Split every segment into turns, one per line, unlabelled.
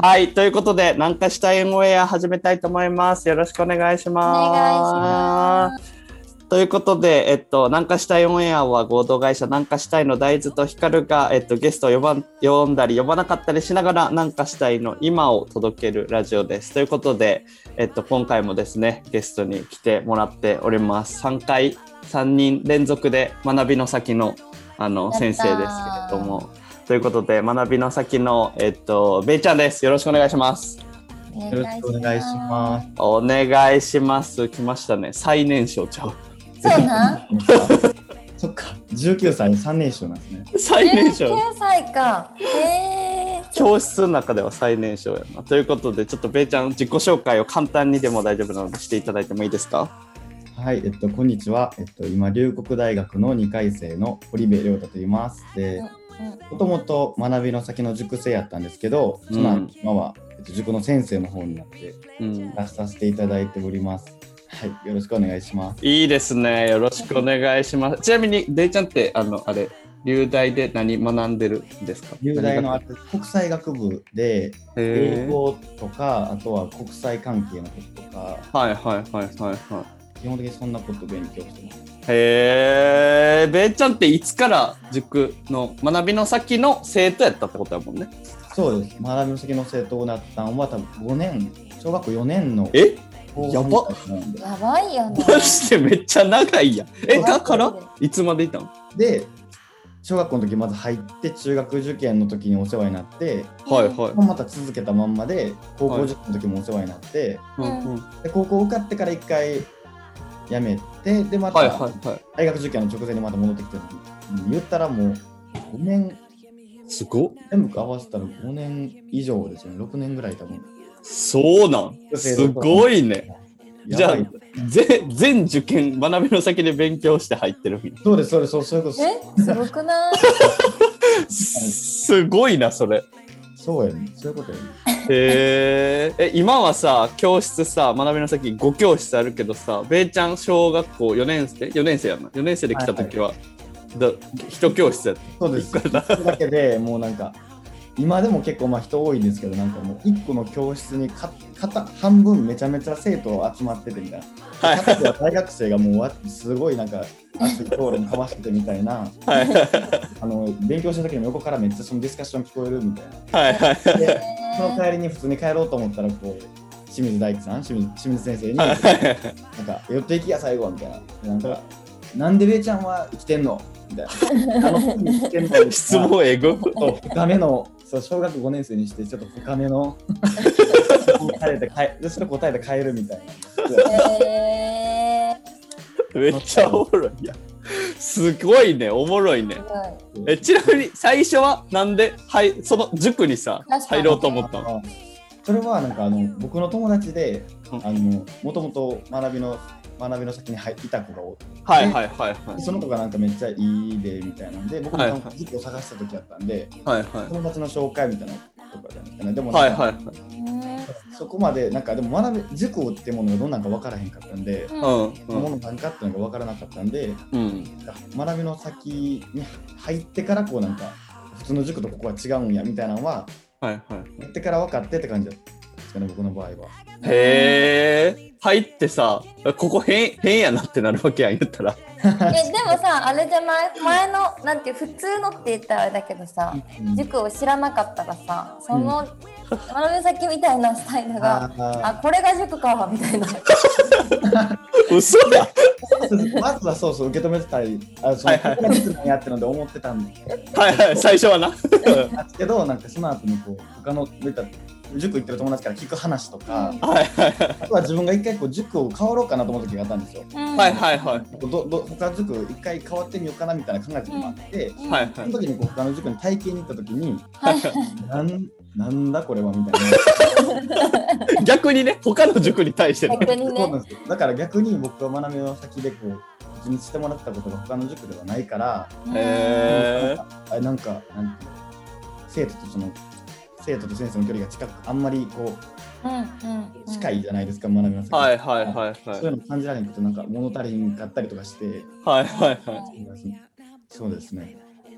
はい、ということで、南下したいオンエア始めたいと思います。よろしくお願いします。ということで、えっと、南下したいオンエアは合同会社南下したいの大豆と光が、えっと、ゲストを呼ばん呼んだり呼ばなかったりしながら南下したいの今を届けるラジオです。ということで、えっと、今回もですね、ゲストに来てもらっております。3回、3人連続で学びの先のあの
やったー
先生ですけれども。ということで、学びの先の、えっと、べいちゃんです。よろしくお願いします。
よ
よろしくお願いします。
お願いします。来ましたね。最年少ちゃう。
す。そうなん。
そっか、19歳の3年生なんですね。
最年少。
19歳か。へえ。
教室の中では最年少やな。ということで、ちょっとべいちゃん、自己紹介を簡単にでも大丈夫なのでしていただいてもいいですか
はい、えっと、こんにちは。えっと、今、龍谷大学の2回生の堀部亮太と言います。で、もともと学びの先の塾生やったんですけど、その
うん
後今は、えっと、塾の先生の方になって、
うん。
出させていただいております。はい、よろしくお願いします。
いいですね。よろしくお願いします。ちなみに、べいちゃんって、あの、あれ、留大で何学んでるんですか
龍大の
何
あ
学
と国際学部で、
へ
英
ー
語とか、あとは国際関係のこととか、
はいはいはいはいはい。
基本的にそんなこと勉強してます。
へえ、べーちゃんっていつから塾の学びの先の生徒やったってことやもんね。
そうです。学びの先の生徒になったのは多分5年、小学校4年の
え
後
や
半
ば
だったんで
やばいよ ね。
マジでめっちゃ長いやん。え、だからいつまでいたの
で、小学校の時まず入って、中学受験の時にお世話になって、
はいはい。
また続けたまんまで、高校受験の時もお世話になって、
うんうん、
で高校受かってから一回辞めて、で、ま
はいは
た
いは
大学受験の直前にまた戻ってきてるのに言ったらもう5年、
い。すごっ
全部合わせたら5年以上ですね、6年ぐらい多分。
そうなんすごいね。じ
や
ゃあ
ばい、
全全受験、学びの先で勉強して入ってるみたい
そうです、そうです、そうそういうことです。
え、すごくない。
な。すごいな、それ。
そうやね、そういうことやね。
へーえ、今はさ、教室さ、学びの先5教室あるけどさ、べいちゃん小学校4年生 ?4 年生やんな。4年生で来た時は、だ一教室やっ
そうです。
たから。
それだけでもうなんか今でも結構まあ人多いんですけどなんかもう一個の教室にか片半分めちゃめちゃ生徒集まっててみたいな、
はい
片方は大学生がもうわすごいなんか熱い討論かましててみたいな
はい
あの勉強した時も横からめっちゃそのディスカッション聞こえるみた
は
い
いはい。
なでその帰りに普通に帰ろうと思ったらこう清水大地さん清水清水先生になんか寄っていきや最後みたいななんかなんでべいちゃんは生きてんのみたいなあの時生きてんのみたいな
質問英語
ちょっと深めの、そう小学5年生にして、ちょっと深めの答えて変え、でそれ答えて変えるみたいな。
え
めっちゃおもろいやん。すごいね、おもろいね
ー。。すごい。
えちなみに最初はなんで、はい、その塾にさ
確かに
入ろうと思ったの
あそれはなんかあの僕の友達で
う、ん
あのもともと学びの学びの先に入いた子がおって
はいはいはいは
その子がなんかめっちゃいいでみたいなんで、僕も
はい
なんか塾を探した時だったんで、
いはいはい
友達の紹介みたいなとかじゃなくてね、でも
は
ないんか
はい
そこまでなんかでも学び塾ってものがどんなんか分からへんかったんで、
うん
うん
ものなんかっていうのが分からなかったんで、
うん
学びの先に入ってからこうなんか普通の塾とここは違うんやみたいなのは
はいはい
やってから分かってって感じだったんですかね僕の場合は
へえ入ってさここ変変やなってなるわけやん言ったら
え、でもさ、あれじゃない、前の、なんていう、普通のって言ったらあれだけどさ。塾を知らなかったらさ、その。学び先みたいなスタイル
あ
が。
あ
あ、これが塾かみたいな。
嘘や
まずはそうそう受け止めてたりあそ
は
の
いはい
ここが塾なんやってので思ってたんで
はいはい最初はな
すけどなんかその後にこう他の出た塾行ってる友達から聞く話とか、
はいはいはい
あとは自分が一回こう塾を変わろうかなと思う時があったんですよ
うん
はいはいはい
どど他塾一回変わってみようかなみたいな考えた時もあって、
はい
そ
は
の
い
時にこう他の塾に体験に行った時に
はい
なんなんだこれはみたいな
逆にね他の塾に対してね
逆に
そうな
ね。
んですよだから逆に僕は学びの先でこう気にしてもらったことが他の塾ではないから、
へえ
あなんかなんていうの生徒とその生徒と先生の距離が近くあんまりこう
うんうん。
機械じゃないですか、学びますけど
はいはいはいは
そう
い
いうの感じられんくてなんか物足りんかったりとかして
はいはいは
そうですね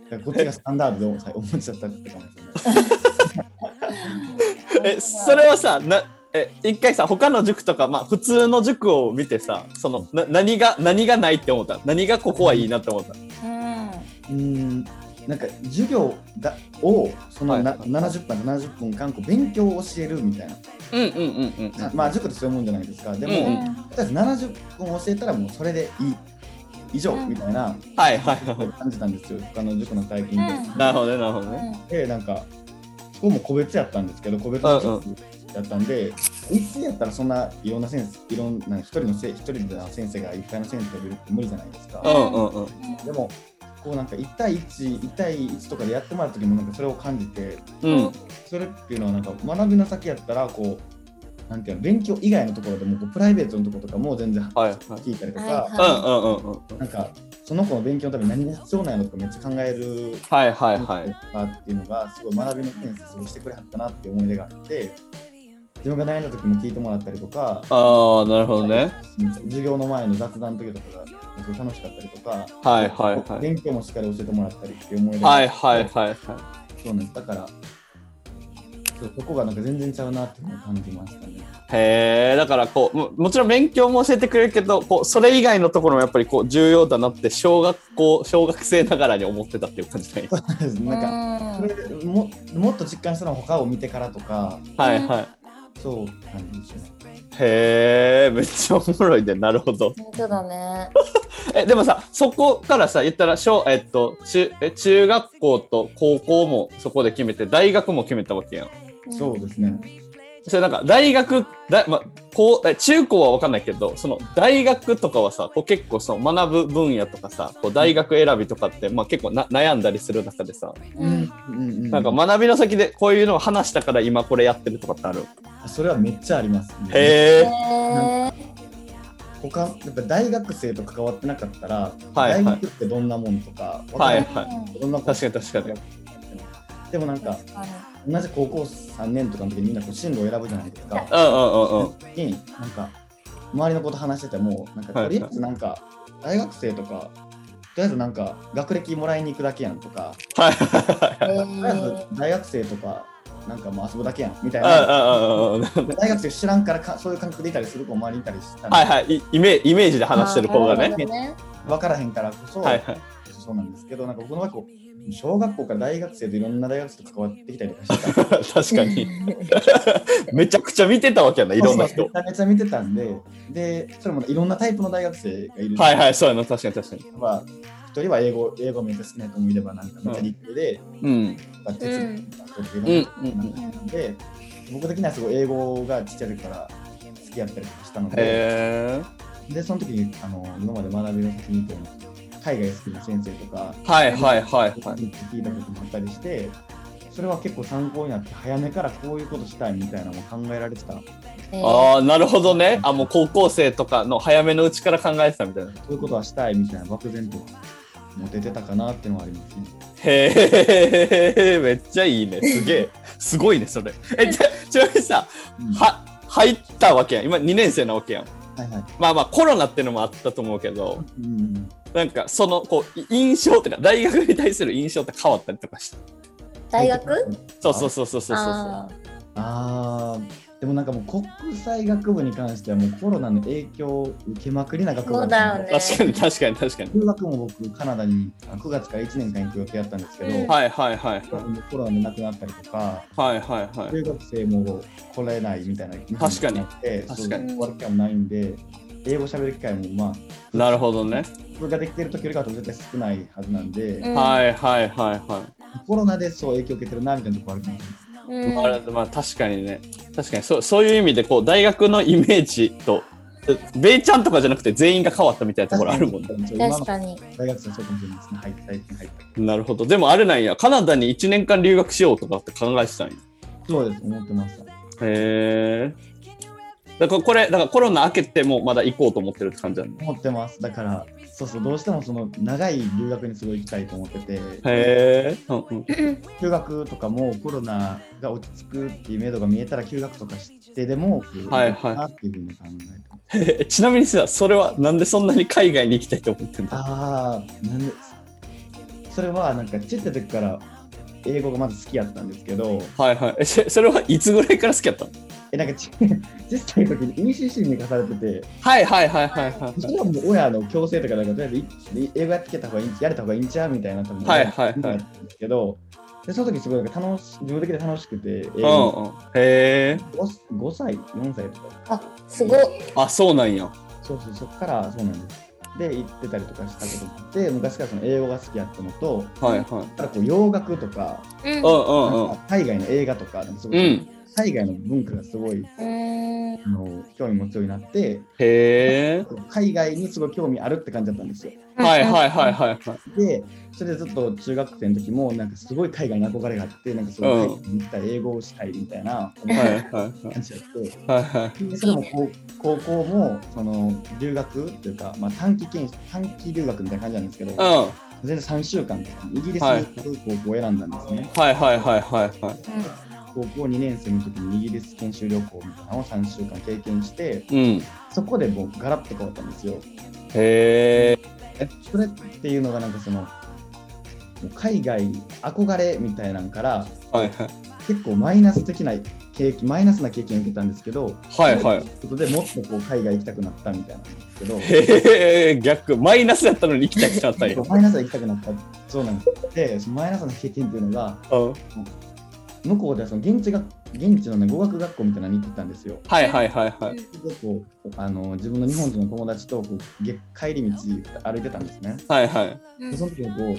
だからこっちがスタンダードで思っちゃったって感じですね
いえそれはさなえ一回さ他の塾とかまあ普通の塾を見てさそのな何が何がないって思った何がここはいいなって思った
うん。
うーんなんか授業だをそのな、
はい
70分70分間こう勉強を教えるみたいな、
うんうんうんうん
なまあ塾ってそういうもんじゃないですかでも、
うん
とりあえず70分教えたらもうそれでいい以上
うん
みたいな
はいはいは
感じたんですよ他の塾の体験で、
いなるほどねなるほどね
でなんかそこも個別やったんですけど個別の教室やったんで、一斉やったらそんないろんな先生いろんな一人のせい一人の先生がいっぱいの先生がいるって無理じゃないですか、
うんうんうん
でもこうなんか1対11対1とかでやってもらった時もなんかそれを感じて
うん
それっていうのはなんか学びの先やったらこうなんていうの勉強以外のところでもこうプライベートのところとかも全然
はいはい
聞いたりとか、
はいは
うんうんうんうん
なんかその子の勉強のために何が必要なのとかめっちゃ考える
はいはい
と
はい
かっていうのがすごい学びの先生そうしてくれはったなっていう思い出があって自分が悩んだ時も聞いてもらったりとか
ああなるほどね
授業の前の雑談の時とかがすごい楽しかったりとか、
はいはいはい
勉強もしっかり教えてもらったりっていう思い出があ
は
って
いはいはいは
そうなんですだからそうそこがなんか全然ちゃうなっていうのを感じましたね。
いへえだからこうももちろん勉強も教えてくれるけどこうそれ以外のところもやっぱりこう重要だなって小学校小学生ながらに思ってたっていう感じだね
なんか
か
それももっと実感したのは他を見てからとか
はいはい
そう感じですね。
へえめっちゃおもろいねなるほど
本当だね。
えでもさそこからさ言ったら小えっと中え中学校と高校もそこで決めて大学も決めたわけやん
そうですね。
それなんか大学だ、まあ、こうえ中高は分かんないけどその大学とかはさこう結構その学ぶ分野とかさこう大学選びとかって、まあ、結構な悩んだりする中でさ
うん。
うんうん
なんか学びの先でこういうのを話したから今これやってるとかってある
それはめっちゃあります、ね。
へえ
へ
他やっぱ大学生と関わってなかったら、
はいはい
大学ってどんなもんとか、
はい
わか
は
んないどんなこと
確かに確かに
でもなんか同じ高校3年とかの時にみんなこう進路を選ぶじゃないですか。
いうんうんうんうん
になんか周りのこと話しててもなんか
はい
とりあえずなんか大学生とかとりあえずなんか学歴もらいに行くだけやんとか
はいはい
え。
とりあえず大学生とかなんかもう遊ぶだけやんみたいな
はいうんうんうんうん
大学生知らんからかそういう感覚でいたりする子も周りにいたりしたんで
はいはい、いイメイメージで話してる方が
な
ね。
るほどね。
分からへんからこそ、
はいはい。
そうなんですけどなんか僕の場合こう小学校から大学生といろんな大学生と関わってきたりとかしてた
確かに。めちゃくちゃ見てたわけや な、いろんな人
め。ちゃめちゃ見てたんででそれもいろんなタイプの大学生がいる
はいはい、そうやな、確かに確かに。
まあ、一人は英語英語めっちゃ好きな人もいればなんかめっちゃ立派で、
うん。
まあ哲学とかそう
うん
いう
うんうん。
のなんで、僕的にはすごい英語がちっちゃい時から好きやったりとかしたので、
へー
でその時にあの今まで学びの先に海外好きな先生とか、
はいはいはいはい。
聞いたこともあったりして、それは結構参考になって早めからこういうことしたいみたいなのも考えられてた、こ
ああ、なるほどね。あ、もう高校生とかの早めのうちから考えてたみたいな。
ういうことはしたいみたいな漠然と持ててたかなっていうのはありますね。
へえ、 めっちゃいいね。すげえ。すごいね、それ。え、じゃちなみにさ、
うんは
は、入ったわけやん。今2年生なわけやん。
いはい。
まあまあコロナってのもあったと思うけど、
うん
なんかそのこうい印象とか大学に対する印象って変わったりとかした
大学？
そうそうそうそうそうそう
あ
あーでもなんかもう国際学部に関してはもうコロナの影響を受けまくりな学部
そう
な
だ
ん
よ
で
ね。
確かに確かに確かに、
留学も僕カナダに9月から1年間行く予定だったんですけど、
うん
はいはいはいはい
もうコロナでなくなったりとか
はいはいはい
留学生も来れないみたいな
確かに
なって
確か
に
そう終わる機会もないんで英語喋る機会もまあ
なるほどね、
普通ができてる時よりかは絶対少ないはずなんで、
うん
はいはいはいは
コロナでそう影響を受けてるなみたいなとこあるかもしれないです
い、
うん
まあまあ確かにね確かにそうそういう意味でこう大学のイメージとえベイちゃんとかじゃなくて全員が変わったみたいなところあるもんね
今
確
の
かに。
大学生はそうかもしれないですね入って入って入って
なるほどでもあれなんやカナダに1年間留学しようとかって考えてたんや
そうです思ってました
へえだからこれ、だからコロナ明けてもまだ行こうと思ってるって感じなんだ。
思ってますだからそうそうどうしてもその長い留学にすごい行きたいと思ってて
へえ。うんうん
休学とかもコロナが落ち着くっていう目処が見えたら休学とかしてでもこう
はいはい
なっていうふうに考えてます
え ちなみにさ、それはなんでそんなに海外に行きたいと思ってんだ
ああなんでそれはなんかちっちゃい時から英語がまず好きやったんですけど
はいはい。えそそれはいつぐらいから好きやったの
えなんかち 小さい時に ECC に課されてて
はいはいはいはいはい。
それはもう親の強制とかなんかとりあえずい英語やってきた方がいいやれた方がいいんちゃうみたいな多分
はいはいはい
思ったんですけどでその時すごいなんか楽し自分的に楽しくて、英
う
語
んうん。へえ。
5, 5歳4歳とか
あすごい。
あ、そうなんや。
そうそうそっからそうなんですで行ってたりとかしたこともあって昔からその英語が好きやったのと
はいはい。
あとこう洋楽とか
うん
うんうんうん
なん。か海外の映画とかなんかすごい
うん
海外の文化がすごい
うん
あの興味持つようになって
へえ。
海外にすごい興味あるって感じだったんですよ
はいはいはいはいはい。
でそれでずっと中学生の時もなんかすごい海外に憧れがあってなんかすごい海外に行きたい英語をしたいみたいな
はいはい
感
はい
じやって
はいはい。
でそれも高高校もその留学っていうか、まあ、短期研修短期留学みたいな感じなんですけど
うん。は
全然3週間とかイギリス
はい
に行く高校を選んだんですね、
いはいはいはいはい。
高校2年生の時にイギリス研修旅行みたいなのを3週間経験して
うん。
そこでもうガラッと変わったんですよ。
へえ。
えそれっていうのがなんかそのもう海外に憧れみたいなんから
はいはい。
結構マイナス的な経験マイナスな経験を受けたんですけど、
はいはい
そううことでもっとこう海外行きたくなったみたいなんですけど。
へえ、逆。マイナスやったのに行きたくな ったんや。
マイナスは行きたくなったそうなんですでそのマイナスな経験っていうのが
うん。
向こうではその現地が現地の、ね、語学学校みたいなのに行ってたんですよ
はいはいはいはい。
でこうあの自分の日本人の友達とこうげ帰り道歩いてたんですね
はいはい。
でその時にこう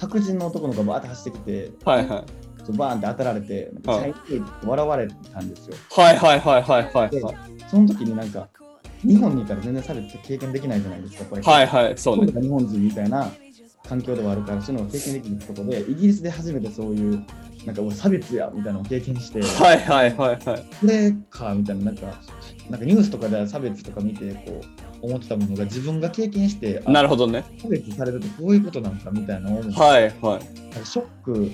白人の男の子がバーって走ってきて
はいはい。
そうバーンって当たられて、なん
は
か
い
チャイニーズって笑われたんですよ。
はいはいはいはいはいはい。
その時になんか、日本にいたら全然差別って経験できないじゃないですか、これ。
はいはい、そう
今
ね。
度が日本人みたいな環境ではあるから、そういうのを経験できるってことで、イギリスで初めてそういう、なんか、おい差別やみたいなのを経験して、こ
はいはいはいはい。
れかみたいな、なんか、なんかニュースとかで差別とか見て、こう、思ってたものが自分が経験して、あ
なるほどね。
差別されるとこういうことなんかみたいな思う
はいはい。
なんかショック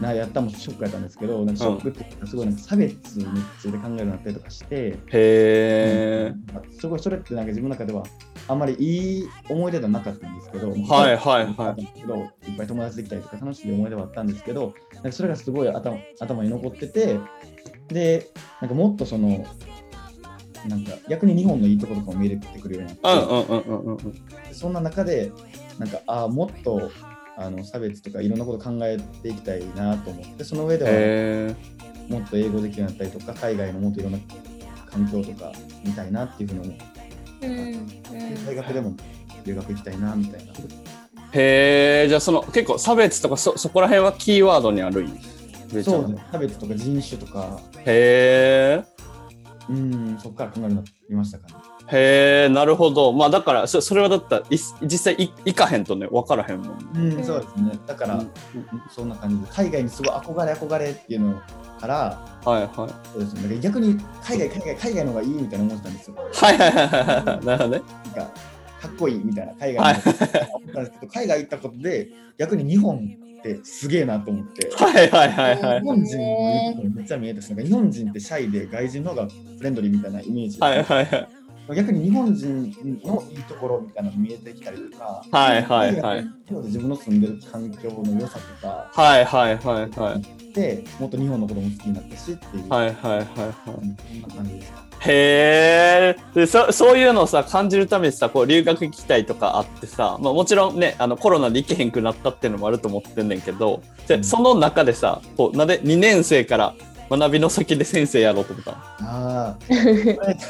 なやったもショックやったんですけど、なんかショックっていうかすごいなんか差別について考えるようになったりとかして、
へえ。
うんすごいそれってなんか自分の中ではあんまりいい思い出ではなかったんですけど、。
はいはいはい
いっぱい友達できたりとか楽しい思い出はあったんですけど、なんかそれがすごい頭頭に残ってて、で、なんかもっとその、なんか逆に日本のいいところとかも見えてくるように
うん
なって、
うんうんうんうんうん。
そんな中で、なんか、ああ、もっとあの差別とかいろんなこと考えていきたいなと思って、その上で
へえ。
はもっと英語できるようになったりとか、海外のもっといろんな環境とか見たいなっていうふうに思って、大学でも留学行きたいなみたいな。
へえ、じゃあその結構差別とかそそこら辺はキーワードにあるんやめっちゃ
そうですね、差別とか人種とか、
へえ。
うん、そこから考えるようになりましたかね。
へえ、なるほど。まあだから、そそれはだったら、い実際い行かへんとね、分からへんもんね。
うん、そうですね。だから、
うん
そんな感じで、海外にすごい憧れ憧れっていうのから、
はいはい。
そうですね、だから逆に海外、海外、海外の方がいいみたいな思ってたんですよ。
はいはいはいはいはい。なるほどね。
なんかかっこいいみたいな海外の思ったんですけど 海外行ったことで逆に日本ってすげえなと思って
はいはいはいは
日
い。
本人の良いとこめっちゃ見えたしなんか日本人ってシャイで外人の方がフレンドリーみたいなイメージ、
はいはいはい。
逆に日本人のいいところみたいなの見えてきたりとか
はいはいはい。
なので自分の住んでる環境の良さとか
はいはいはいはい。
でもっと日本のことも好きになったしっていう、
はいはいはいはい。
うんそんな感じですか
へえでそそういうのをさ感じるためにさこう留学行きたいとかあってさ、まあ、もちろんねあのコロナで行けへんくなったっていうのもあると思ってんねんけど
う
で
ん
その中でさこうなんで2年生から学びの先で先生やろうと思ったの
ああ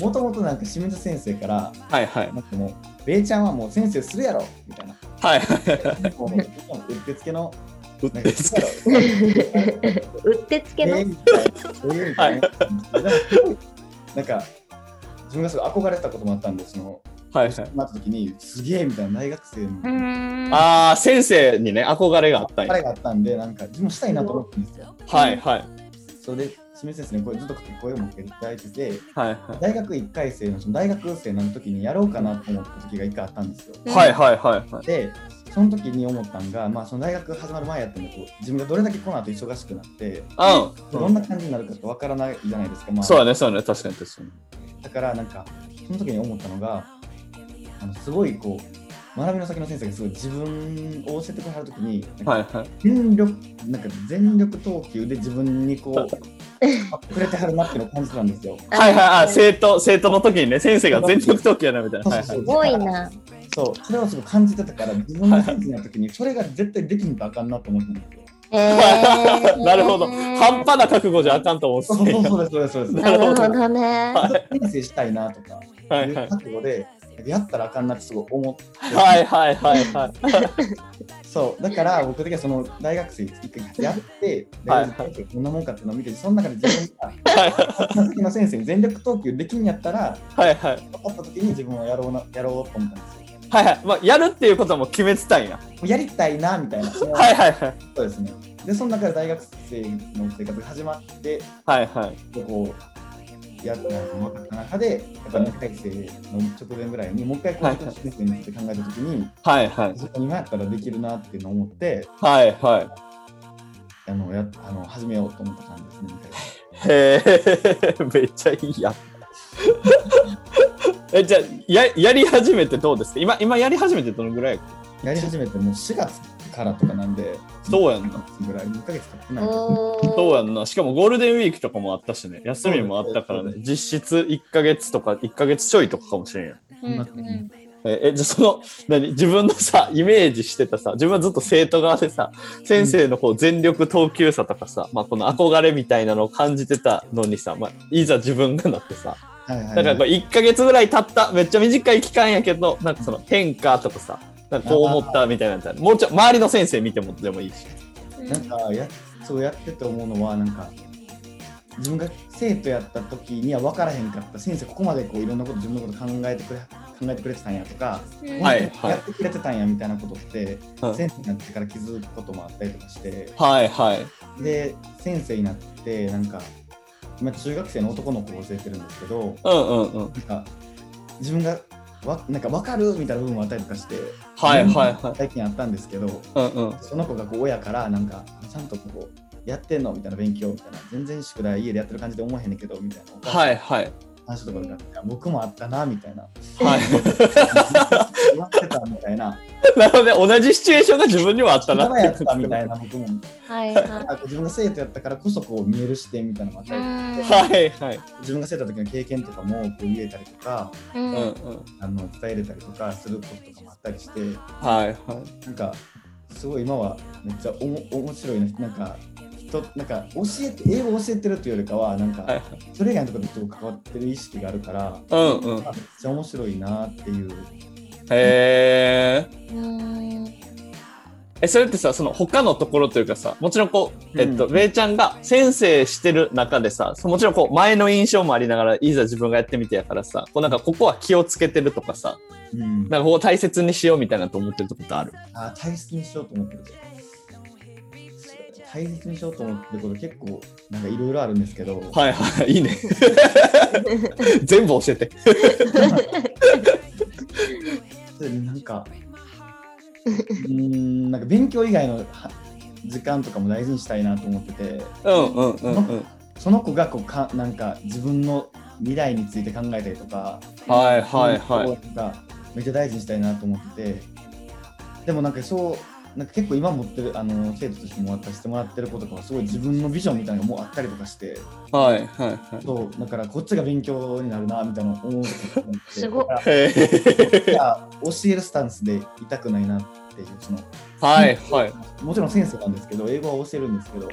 もともとなんか清水先生から
はいはい
なんかもう、ベイちゃんはもう先生するやろみたいな。
はいはい
もう、うってつけの、
うっ
なん
て
か
つ
す
け
るやろ。
うってつけの。
えーみたいな。えーみたいな。でもすごいなんか、自分がすごい憧れてたこともあったんで、その、
はいはい
なった時に、すげえみたいな大学生の
あ
ああ先生にね憧れがあったんや
彼があったんで、なんか、自分もしたいなと思ったんですよ。
はいはい
それで、清水先生に声ずっと声を向けていただいてて、
はいは
大学1回生のその大学生の時にやろうかなと思った時が1回あったんですよ。
いはいはいはいはい
で、その時に思ったんが、まあ、その大学始まる前やったんで、こう自分がどれだけこの後忙しくなって、
うん
どんな感じになるかってわからないじゃないですか。まあ、
そうだねそうだね確かに確かに
だからなんかその時に思ったのがあのすごいこう学びの先の先生がすごい自分を教えてくれはる時になんか
はいはい
全力なんか全力投球で自分に こうくれてはるなっていうのを感じたんですよ。
はいはいあ生徒生徒の時にね先生が全力投球やなみたいな
そう
は
そ
いうは
そ
いう
すごいな。
そうそれをすごい感じてたから自分の先生の時にそれが絶対できんとあかんなと思ったんですよ。
へ ー
なるほど半端な覚悟じゃあかんと思
そううそう
し
そうですそうですそうです。
なるほどね。
先生したいなとか
はいいうはい
覚悟でやったらあかんなってすごい思って
はいはいはいはい
そうだから僕的にはその大学生一回やって
はい
大学生こんなもんかっていうのを見てその中で自分が
はい
その時の先生に全力投球できんやったら
はいはい
分かった時に自分はやろうなやろうと思ったんですよ。
はいはい、まあ、やるっていうことはもう決めてたんや。
もうやりたいなみたいな。
は
はい
はいはい。
そうですね。でその中で大学生の生活が始まって
はいはい。
でこうやった分かった中でやっぱり大学生の直前ぐらいにもう一回こう
はい
自分の先生について考えた時に
はいはい。
自分がやったらできるなっていうのを思って
はいは
あのやあの始めようと思った感じですね。
い。へえ、めっちゃいいやん。え、じゃあや、やり始めてどうですか今、今やり始めてどのぐらい
やり始めてもう4月からとかなんで、
そうやんな。
ぐらい2ヶ月経ってない。
ど
そうやんな。しかもゴールデンウィークとかもあったしね。休みもあったから
そう
ね
で。
実質1ヶ月とか、1ヶ月ちょいとかかもしれんやん。
うんうん
ええじゃあその何自分のさイメージしてたさ自分はずっと生徒側でさ先生のこう全力投球さとかさ、まあ、この憧れみたいなのを感じてたのにさ、まあ、いざ自分がなってさ
はいはいはい、
だからこう1ヶ月ぐらい経っためっちゃ短い期間やけどなんかその変化とかさなんかこう思ったみたいなんじゃないもうちょ周りの先生見てもでもいいし
なんかやそうやってて思うのはなんか自分が生徒やった時には分からへんかった先生ここまでこういろんなこと自分のこと考えてくれ考えてくれてたんやとか、
はい
やってくれてたんやみたいなことって、
うん
先生になってから気づくこともあったりとかして
はいはい
で先生になってなんか今中学生の男の子を教えてるんですけど
うんうんうん
なんか自分がわなんか分かるみたいな部分もあったりとかして
はいはいはい
最近あったんですけど
うんうん
その子がこう親からなんかちゃんとこうやってんのみたいな勉強みたいな全然宿題家でやってる感じで思えへんねんけどみたいな
はいはい
話とかがあって僕もあったなみ たいな
はい
言わってたみた いな
なので同じシチュエーションが自分にはあったな
仲やった みたいな僕も
はいは
あ自分が生徒やったからこそこう見える視点みたいなのもあっ
い。
たり
はいはい
自分が生徒の時の経験とかもこう言えたりとか
うん
うん
う
うんん
あの伝えれたりとかすることとかもあったりして
はいはい
なんかすごい今はめっちゃおも面白いななんか人なんか教えて英語を教えてるっていうよりかはなんか、
はい
それ以外のところと関わってる意識があるから、
うんうん。へ
めっちゃ面白いなっていう。
え。
うん
え、それってさ、その他のところというかさ、もちろんこう、えっと、
うん
れいちゃんが先生してる中でさ、そうもちろんこう、前の印象もありながら、いざ自分がやってみてやからさ、こうなんかここは気をつけてるとかさ、
うん、
なんかここ大切にしようみたいなと思ってるってことある。
あ大切にしようと思ってること。大切にしようと思ってること結構なんかいろいろあるんですけど、
はいはい、いいね。全部教えて。
なんか、うん、なんか勉強以外のは時間とかも大事にしたいなと思ってて、
うんうんうんうん。
その子がこうかなんか自分の未来について考えたりとか、
はいはいはい。
い。がめっちゃ大事にしたいなと思ってて、でもなんかそう、なんか結構今持ってるあの生徒としても渡してもらってる子とかはすごい自分のビジョンみたいなのがもうあったりとかして、
はいはいは
そうだからこっちが勉強になるなみたいな思うことがあって
すごい
だか
い。へ
ら
え。
いや教えるスタンスでいたくないなっていうその
はいはい。
もちろん先生なんですけど英語は教えるんですけど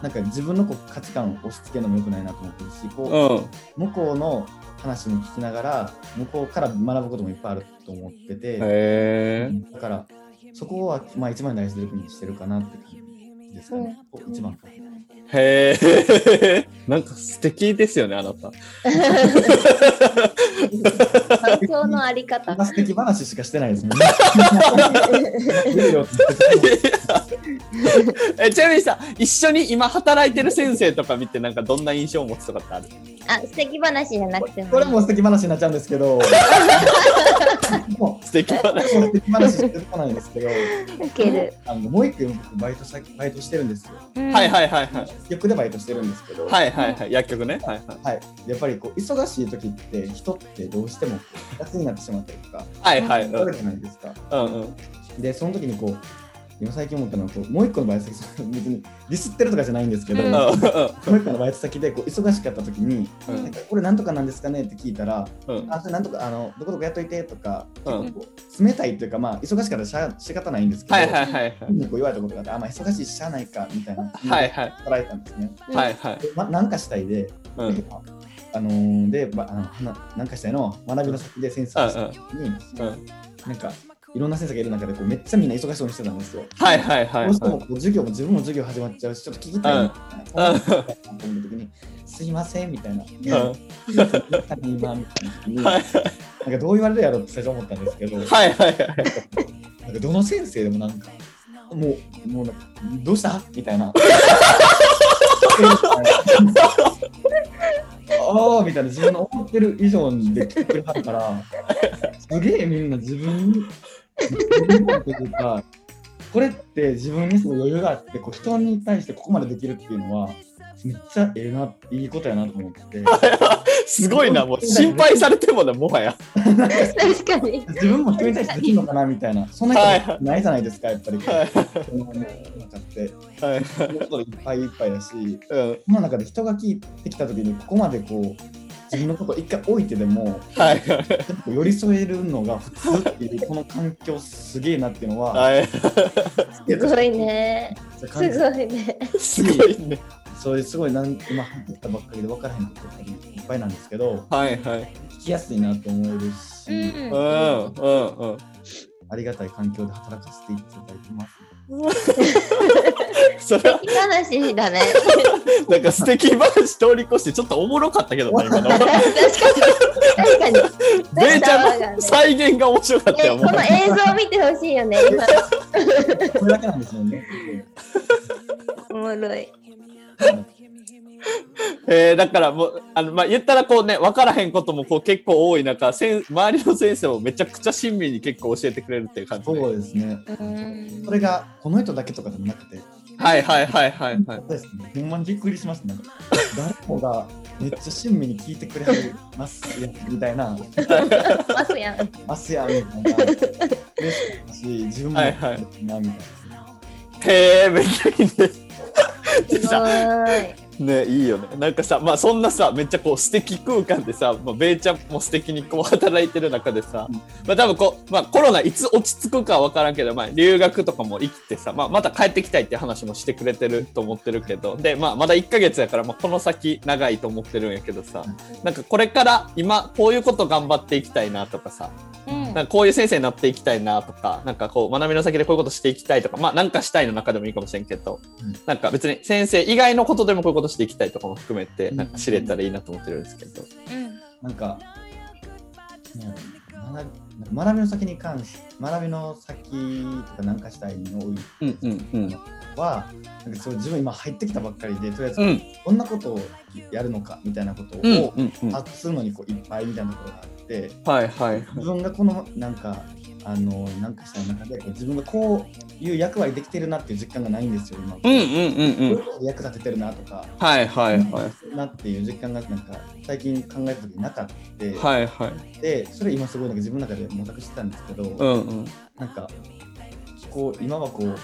なんか自分のこう価値観を押し付けるのも良くないなと思ってるしこう、
うん。
向こうの話も聞きながら向こうから学ぶこともいっぱいあると思ってて、
へえ。
だからそこは、まあ、一番大事な時にしてるかなって感じですかね、お一番か
へえ、なんか素敵ですよね、あなた。
環境のあり方。
素敵話しかしてないですもんね
うん
いいよって言って
えちなみにさ一緒に今働いてる先生とか見てなんかどんな印象を持つとかってある
あ、素敵話じゃなくても。
これも素敵話になっちゃうんですけど もう
素敵だね
これも素敵話してこないんですけど
受ける。
あのもう一個僕バイト先バイトしてるんですよ
はいはいはいはい
薬局でバイトしてるんですけど
はいはいはい薬局ねはいはい
はい、やっぱりこう忙しい時って人ってどうしても雑になってしまったりとか
はいはい
あるじゃないですか。
うんうん
でその時にこう今最近思ったのはこうもう一個のバイト先 別にディスってるとかじゃないんですけど、
うん
うん
も
う
う一個のバイト先でこう忙しかった時に、
うん
なんかこれなんとかなんですかねって聞いたら、
んうん
あそれなんとかあのどこどこやっといてとか、
うん
結構こう冷たいというかまあ忙しかったらしゃ仕方ないんですけど、
はいはいはいはい
本人にこう言われたことがあってあまあ忙しいししゃあないかみたいな
はいはい
働いたんですね。
はいはい
でま、なんかしたいで
うんうん
あのーで、ばあのななんかしたいの学びの先で先生をした時に、
うん
なんかいろんな先生がいる中でこうめっちゃみんな忙しそうにしてたんですよ。
はいはいはい
どうして
は
もこう授業も自分も授業始まっちゃうしちょっと聞きたいみたいな、
うん
こういうのと思った時に「すいません」みたいな「
い
今」みたいな時に、
はい
なんかどう言われるやろって最初思ったんですけど、
はいはいはい
なんかどの先生でもなんかもうもうなんかどうしたみた いな。ああみたいな自分の思ってる以上にできてるからすげえみんな自分に自分にというかこれって自分にすごい余裕があってこう人に対してここまでできるっていうのはめっちゃええないいことやなと思って
すごいなもう心配されてもなもはや
確かに。
自分も人に対してできるのかなみたいなそんなことないじゃないですかやっぱり。
はい
そのねなんかって
はい
ことでいっぱいいっぱいだし、
うん
その中で人が聞いてきたときに、ここまでこう、自分のこと一回置いてでも、
はいはい
やっぱ寄り添えるのが普通っていう、この環境すげえなっていうのは、
はい
すごいね。
す
すごいね。
すごいね
そういうすごいなん、今、入ったばっかりで分からへんことがいっぱいなんですけど、
はいはい
聞きやすいなって思えるし、
うんうんうん
ありがたい環境で働かせていただいてます。
それは
素敵話だね。
なんか素敵話通り越してちょっとおもろかったけど ね今の。
確かに。確か
ベイちゃんの再現が面白かっ
に。
たよ
ね、
も
こ
う
の映像見てほしいよね。今
これだけなんです よね。
おもろい。
えーだからもうあの、まあ、言ったらこうね分からへんこともこう結構多い中せん周りの先生もめちゃくちゃ親身に結構教えてくれるっていう感じで、
そうですね。
うん
それが、この人だけとかでもなくて、
はいはいはいはいはい
そうですね。ほんまにびっくりしました。なんか誰もがめっちゃ親身に聞いてくれはりますやみた いな、
ますやん。
ますやみたいな。嬉しかったし、自分も
はいはい
なみたい
へえめっちゃいいね
すごい。
ねいいよねなんかさまあそんなさめっちゃこう素敵空間でさ、まあ、ベイちゃんも素敵にこう働いてる中でさ、
うん
まあ多分こう、まあ、コロナいつ落ち着くかは分からんけど、まあ、留学とかも生きてさ、まあ、また帰ってきたいって話もしてくれてると思ってるけどで、まあ、まだ1ヶ月やから、まあ、この先長いと思ってるんやけどさなんかこれから今こういうこと頑張っていきたいなとかさ
うん
なんかこういう先生になっていきたいなとか、なんかこう学びの先でこういうことしていきたいとか、まあなんかしたいの中でもいいかもしれんけど、
うん
なんか別に先生以外のことでもこういうことしていきたいとかも含めて、
うん
なんか知れたらいいなと思ってるんですけど。
うん
な。なんか、ね学び学びの先に関し学びの先とかなんかしたいの
うんうんうん。
は、なんかそう自分今入ってきたばっかりで、とりあえず
うん
こんなことをやるのかみたいなことを
うんうんうん。
把握するのにこういっぱいみたいなところがあって、
はいはい。
自分がこのなんかあのなんかした中でこう自分がこういう役割できてるなっていう実感がないんですよ今、
うんうんうんうん。
役立ててるなとか、
はいはいは
なっていう実感がなんか最近考えた時なかった
い。はいはい。
でそれ今すごいなんか自分の中で模索してたんですけど、
うんうん。
なんかこう今はこう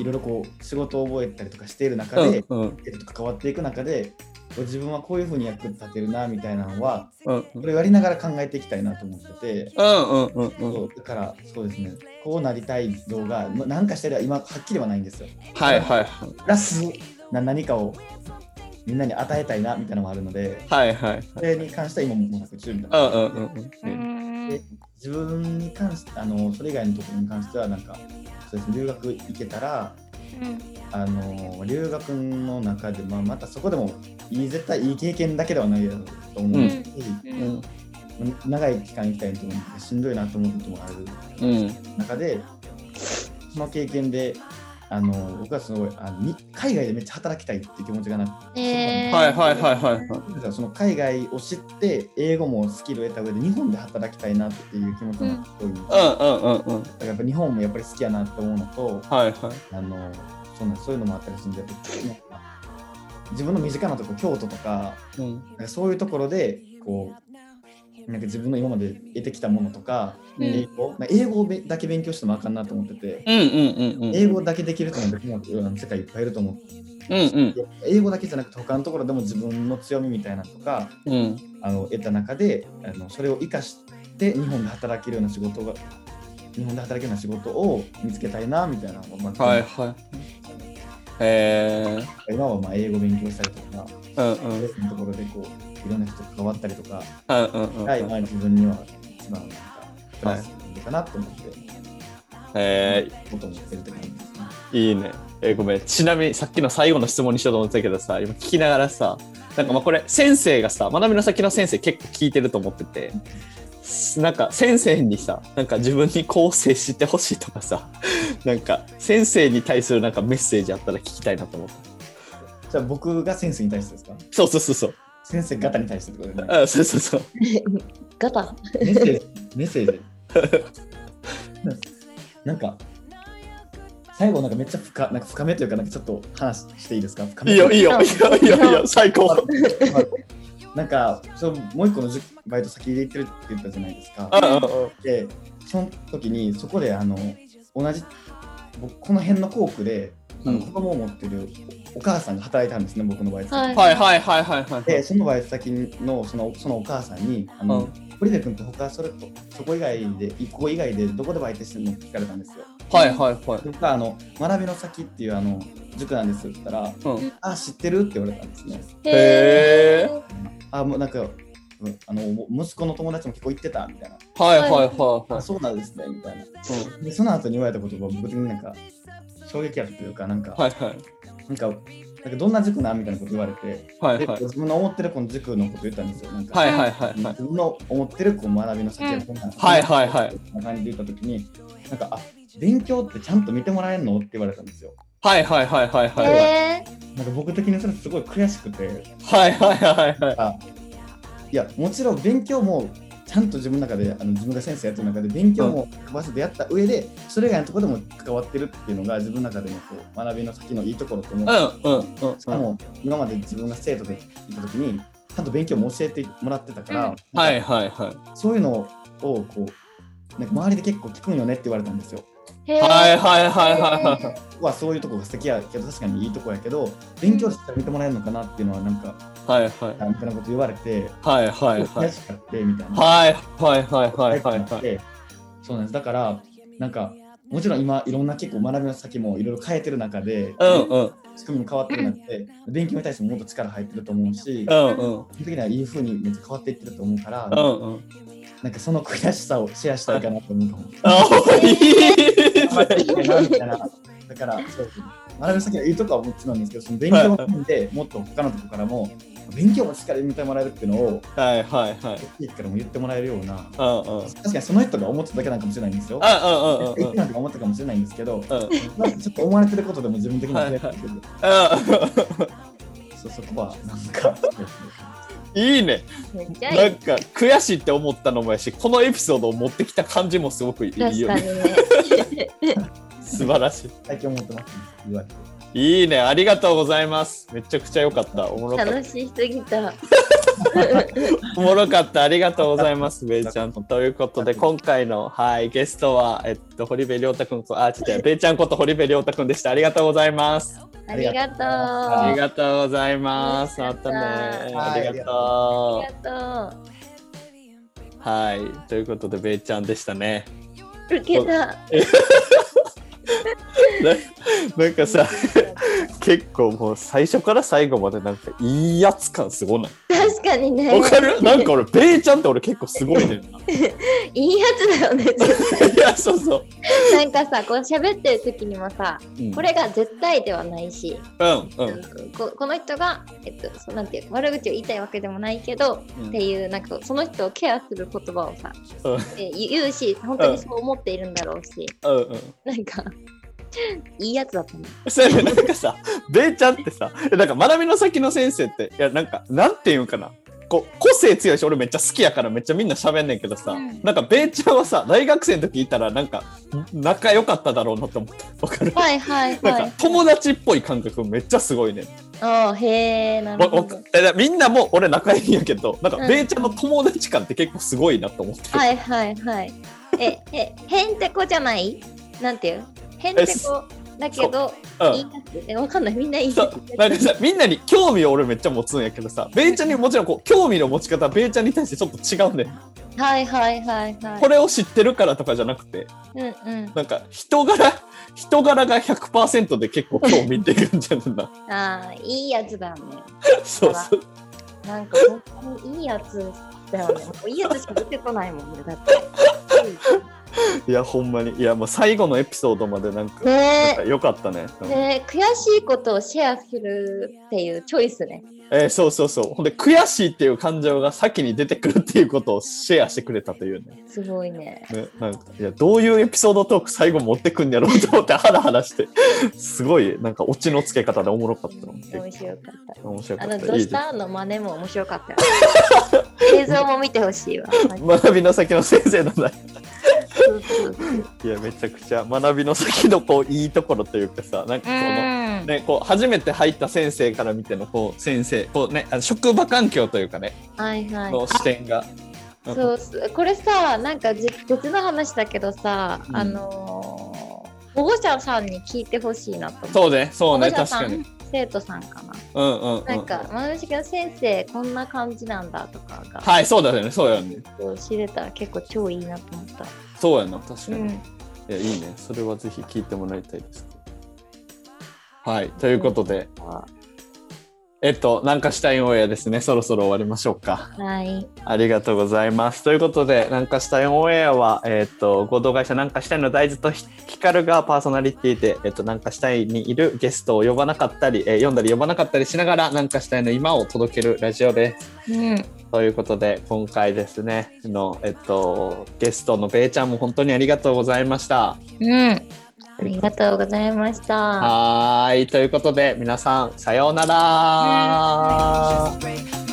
いろいろこう仕事を覚えたりとかしている中
う
で、
んうん
えっと関わっていく中でこう自分はこういうふうに役立てるなみたいなのは
うん
これをやりながら考えていきたいなと思ってて。
うんうんうんう
そ
ん。
うだからそうですねこうなりたい動画ななんかしたりは今はっきりはないんですよ
はいはいはい。
プラスな何かをみんなに与えたいなみたいなのもあるので
はいはい。
それに関しては今もう中みたい
うんう
なん
うん
う
うん。
ん
で自分に関してあのそれ以外のところに関してはなんかそうですね留学行けたらあの留学の中で、まあ、またそこでもいい絶対いい経験だけではないだろうと思うし、
うん
長い期間行きたいと思ってしんどいなと思うこともある
うん
中でその経験であの僕はすごいあのに海外でめっちゃ働きたいっていう気持ちがなくて
えー、
はいはいはいはいはい。
実はその海外を知って英語もスキルを得た上で日本で働きたいなっていう気持ちが多い、だか
うんうんうんうん。
らやっぱ日本もやっぱり好きやなって思うのと
はいはい。
あのそうなんそういうのもあったりするんでやっぱり自分の身近なとこ京都とか
うん
なんかそういうところでこうなんか自分の今まで得てきたものとか、
うん
英語まあ英語をべだけ勉強してもあかんなと思ってて、
うんうんうんうん。
英語だけできると思うともう世の世界いっぱいいると思って
うん
英語だけじゃなくて他のところでも自分の強みみたいなのとか
うんうん。
あの得た中であのそれを活かして日本で働けるような仕事が日本で働けるような仕事を見つけたいなみたいなのがまあ
はいはい。へ
今はまあ英語勉強したりとか
え。うんうん。
そういうところでこういろんな人と関わったりとか
うんうんうん。
はい、まあ、自分には一番なんかプラスのかなと思っ
へ
て、
え。
ことをしてるって感じですね。
いいね。えーごめん。ちなみにさっきの最後の質問にしようと思ってたけどさ、今聞きながらさ、なんかまあこれ先生がさ、学びの先の先生結構聞いてると思ってて、すなんか先生にさ、なんか自分にこう接してほしいとかさ、なんか先生に対するなんかメッセージあったら聞きたいなと思った。
じゃあ僕が先生に対してですか
そうそうそうそう。
先生方に対してってことで、ね、
あそうそうそう。
ガタ。
メッセージ、メッセージ。 なんか、最後なんかめっちゃ深なんか深めというか、なんかちょっと話していいですか深め
いいよいいよいいよいいよいいよ最高。
なんか、そのもう一個のじゅバイト先で行ってるって言ったじゃないですか。
うんうんうん
で、その時にそこであの同じ僕この辺の校区で、あ
う
の
ん
子供を持ってるお母さんが働いてたんですね、僕のバイト先。
はい
はいはいはいはいはい。
で、そのバイト先のそのそのお母さんに、あ
う
の
ん
堀部君って他それとそこ以外で、一個以外でどこでバイトしてるのって聞かれたんですよ。
はいはいはい。
僕はあの学びの先っていうあの塾なんですって言ったら、
うん
あ、知ってるって言われたんですね。
え
へえ。
あ、もうなんか、うんあの息子の友達も結構行ってたみたいな。
はいはいはいは
あ、
い。
そうなんですねみたいな。
うん
でその後に言われたことが僕的になんか衝撃あるというかなんか、
はいはい
なんかなんかどんな塾なんみたいなこと言われて、
はい
で
はい。
自分の思ってるこの塾のこと言ったんですよなんか、
はいはいはいはい。
自分の思ってるこう学びの先はこんなん
はいはいはい
こんな感じで言った時になんかあ勉強ってちゃんと見てもらえるのって言われたんですよ
はいはいはいはいはい。
え
なんか僕的にそれすごい悔しくて
はいはいはいはい。
あいやもちろん勉強もちゃんと自分の中であの自分が先生やってる中で勉強も関わせてやった上でそれ以外のところでも関わってるっていうのが自分の中でのこう学びの先のいいところと思う
うんうんうん
しかも今まで自分が生徒でいた時にちゃんと勉強も教えてもらってたから、
うん。はいはいはい。
そういうのをこうなんか周りで結構聞くんよねって言われたんですよ。
ー、へー
はいはいはいはいはい。
はそういうとこが素敵やけど確かにいいとこやけど勉強したら見てもらえるのかなっていうのはなんか
はいはい
あみたいなこと言われて
はいはいはい。
悔しかってみたいな。
はいはいはいはいはい
なっ
はい。
てそうなんですだからなんかもちろん今いろんな結構学びの先もいろいろ変えてる中で、
うんうん
仕組みも変わってる中で勉強に対してももっと力入ってると思うし、
う
基
んうん
本的にはいい風にめっちゃ変わっていってると思うから、
うんうん。
なんかその悔しさをシェアしたいかなと思うかも。
あいいね。
頑張っていきたいなみたい なだから、そうですね学び先はいいとこはもちろんですけど、その勉強の面でもっと他のとこからも、勉強もしっかり見てもらえるっていうのを、
はいはいはい。
いいからも言ってもらえるような、
うんうん。
確かにその人が思ってただけなのかもしれないんです
う
よ。
んうんうん
言ってなんか思ったかもしれないんですけど、
うん。うん
なんかちょっと思われてることでも自分的には
はいはい
けど、そうそこはなん か、
いいね。
めっちゃいい
なんか悔しいって思ったのもやし、このエピソードを持ってきた感じもすごくいい
確
よ
か
ね。
にね。
素晴らしい。
最近思ってます、ね、言われて。
いいね、ありがとうございます。めちゃくちゃ良かった。おもろかった。
楽しすぎた。
おもろかった。ありがとうございます、ベイちゃん。ということで、今回の、はい、ゲストは、えっと、堀部亮太くんと、あ、ちょっと、ベイちゃんこと堀部亮太くんでした。ありがとうございます。
ありがとう。
あ
あ
りがとうございます。またね。
はい
ありがと
りがと
う。はい、ということで、ベイちゃんでしたね。
う。受けた。
ななんかさ、結構もう最初から最後までなんかいいやつ感すごない。
確かにね。
わかるなんか俺、ベイちゃんって俺結構すごいね んな。
いいやつだよね。
いや、そうそう。
なんかさ、こう喋ってる時にもさ、
うん
これが絶対ではないし、
うんうん
ここの人が、えっと、そうなんていう悪口を言いたいわけでもないけど、
うん
っていうなんかその人をケアする言葉をさ、
うん
えー言うし本当にそう思っているんだろうし、
うんうん
なんかいいやつだったね。
そうやねなんかさ、べーちゃんってさ、えなんか学びの先の先生って、いや、なんか、なんていうんかな。こう個性強いし、俺めっちゃ好きやからめっちゃみんな喋んねんけどさ、
うん
なんかべーちゃんはさ、大学生の時いたらなんか、仲良かっただろうなって思った。わかる
はいはいは
なん
い
か。友達っぽい感覚めっちゃすごいねん。
ああ、へえ、なる
わ
ほ
わ
ど。
えみんなも俺仲いいんやけど、なんか
うん
べーちゃんの友達感って結構すごいなと思って。
はいはいはい。え、え、へんてこじゃないなんていうへんてこだけど、
うん
いいやつえ、わかんない。みんないい
そ
や
うなんかさみんなに興味を俺めっちゃ持つんやけどさベイちゃんにもちろんこう興味の持ち方ベイちゃんに対してちょっと違うね
つ。はいはいはいはい
こ。れを知ってるからとかじゃなくて
うんうん。
なんか人柄人柄が100%で結構興味って感じやねん な
ああ、いいやつだよね。
そうそう
なんか本当にいいやつだよね。もういいやつしか出てこないもんね。だって。
いやほんまにいやもう最後のエピソードまでなんかなん
ね
か良かったね、う
え、
ん
ねえ、悔しいことをシェアするっていうチョイスね。
えーそうそうそうほんで悔しいっていう感情が先に出てくるっていうことをシェアしてくれたというね
すごいね。
ねなんかいやどういうエピソードトーク最後持ってくんやろうと思ってハラハラしてすごいなんかオチのつけ方でおもろかったの
面白かった。
面白か
あ
った
の、どう
いいで
し
す
たの真似も面白かったよ。 映像も見てほしいわ。
学びの先の先生のない
そうそうそ
い
う
やめちゃくちゃ学びの先のこういいところというかさなんかこの、
う
ね、こう初めて入った先生から見てのこう先生こう、ね、あの職場環境というかね、
んはいはい。
の視点が
あそうそうこれさなんかじ別の話だけどさ、
うん
あのー保護者さんに聞いてほしいなと思う。
そうねそうね
保護
確
者さ
かに
ん生徒さんかな。
うんうん、うん、
なんか、まぶしの先生こんな感じなんだとかが、
はいそうだよねそうやね
こう知れたら結構超いいなと思った。
そうやな確か
う
に、
ん
い、やいいねそれはぜひ聞いてもらいたいですはいということで、えっとなんかしたいオンエアですねそろそろ終わりましょうか
はい。
ありがとうございます。ということで、なんかしたいオンエアは、えーっと、合同会社なんかしたいの大豆とひヒカルがパーソナリティで、えーっと、なんかしたいにいるゲストを呼ばなかったり、えー読んだり呼ばなかったりしながら、なんかしたいの今を届けるラジオです。
うん。
ということで、今回ですね、の、えーっと、ゲストのべーちゃんも本当にありがとうございました。
うん。ありがとうございました。
はーい。ということで、皆さん、さようなら。
break